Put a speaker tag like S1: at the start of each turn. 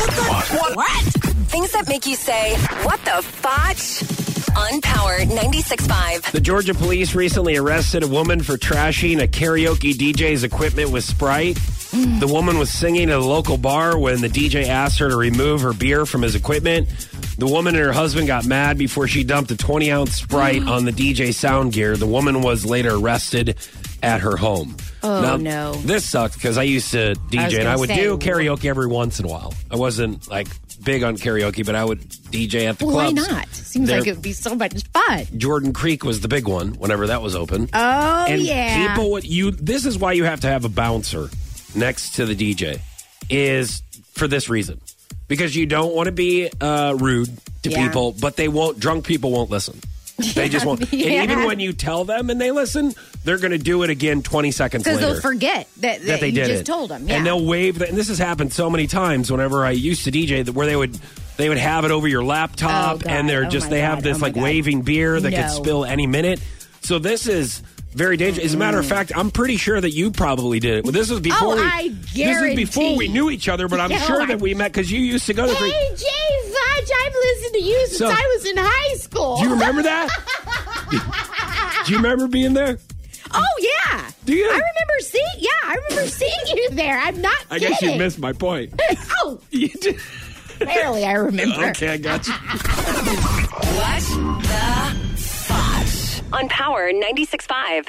S1: What?
S2: Things that make you say, what the fotch? On Power 96.5.
S3: The Georgia police recently arrested a woman for trashing a karaoke DJ's equipment with Sprite.
S4: Mm.
S3: The woman was singing at a local bar when the DJ asked her to remove her beer from his equipment. The woman and her husband got mad before she dumped a 20 ounce Sprite
S4: Mm.
S3: on the DJ sound gear. The woman was later arrested at her home.
S4: Oh, no.
S3: This sucked because I used to
S4: I was
S3: DJ and
S4: gonna
S3: I would
S4: say,
S3: do karaoke every once in a while. I wasn't like big on karaoke, but I would DJ at the
S4: Well,
S3: clubs.
S4: why not? Seems
S3: They're-
S4: like it would be so much fun.
S3: Jordan Creek was the big one whenever that was open.
S4: Oh
S3: and
S4: yeah.
S3: people would you this is why you have to have a bouncer next to the DJ is for this reason. Because you don't want to be uh, rude to
S4: Yeah.
S3: people, but they won't drunk people won't listen. They just won't.
S4: Yeah.
S3: And even when you tell them and they listen, they're going to do it again 20 seconds
S4: because
S3: later
S4: they'll forget that, that,
S3: that they
S4: you
S3: did
S4: just
S3: it.
S4: told them. Yeah.
S3: And they'll wave that. And this has happened so many times. Whenever I used to DJ, that- where they would they would have it over your laptop,
S4: Oh, God.
S3: and they're
S4: Oh,
S3: just
S4: my
S3: they have
S4: God.
S3: this
S4: Oh, my
S3: like
S4: God.
S3: waving beer that could
S4: No.
S3: spill any minute. So this is. Very dangerous. As a matter of fact, I'm pretty sure that you probably did it. Well, this was before. we,
S4: Oh, I
S3: This is before
S4: guarantee.
S3: we knew each other, but I'm
S4: No,
S3: sure
S4: I-
S3: that we met because you used to go to.
S4: Hey,
S3: free-
S4: Jay Fudge, I've listened to you since
S3: So-
S4: I was in high school.
S3: Do you remember that? Do you remember being there?
S4: oh yeah.
S3: Do you?
S4: I remember seeing. Yeah, I remember seeing you there. I'm not.
S3: I guess you
S4: kidding.
S3: missed my point.
S4: oh,
S3: You did.
S4: barely. I remember.
S3: Okay, I got you.
S2: What the fotch? On Power 96.5.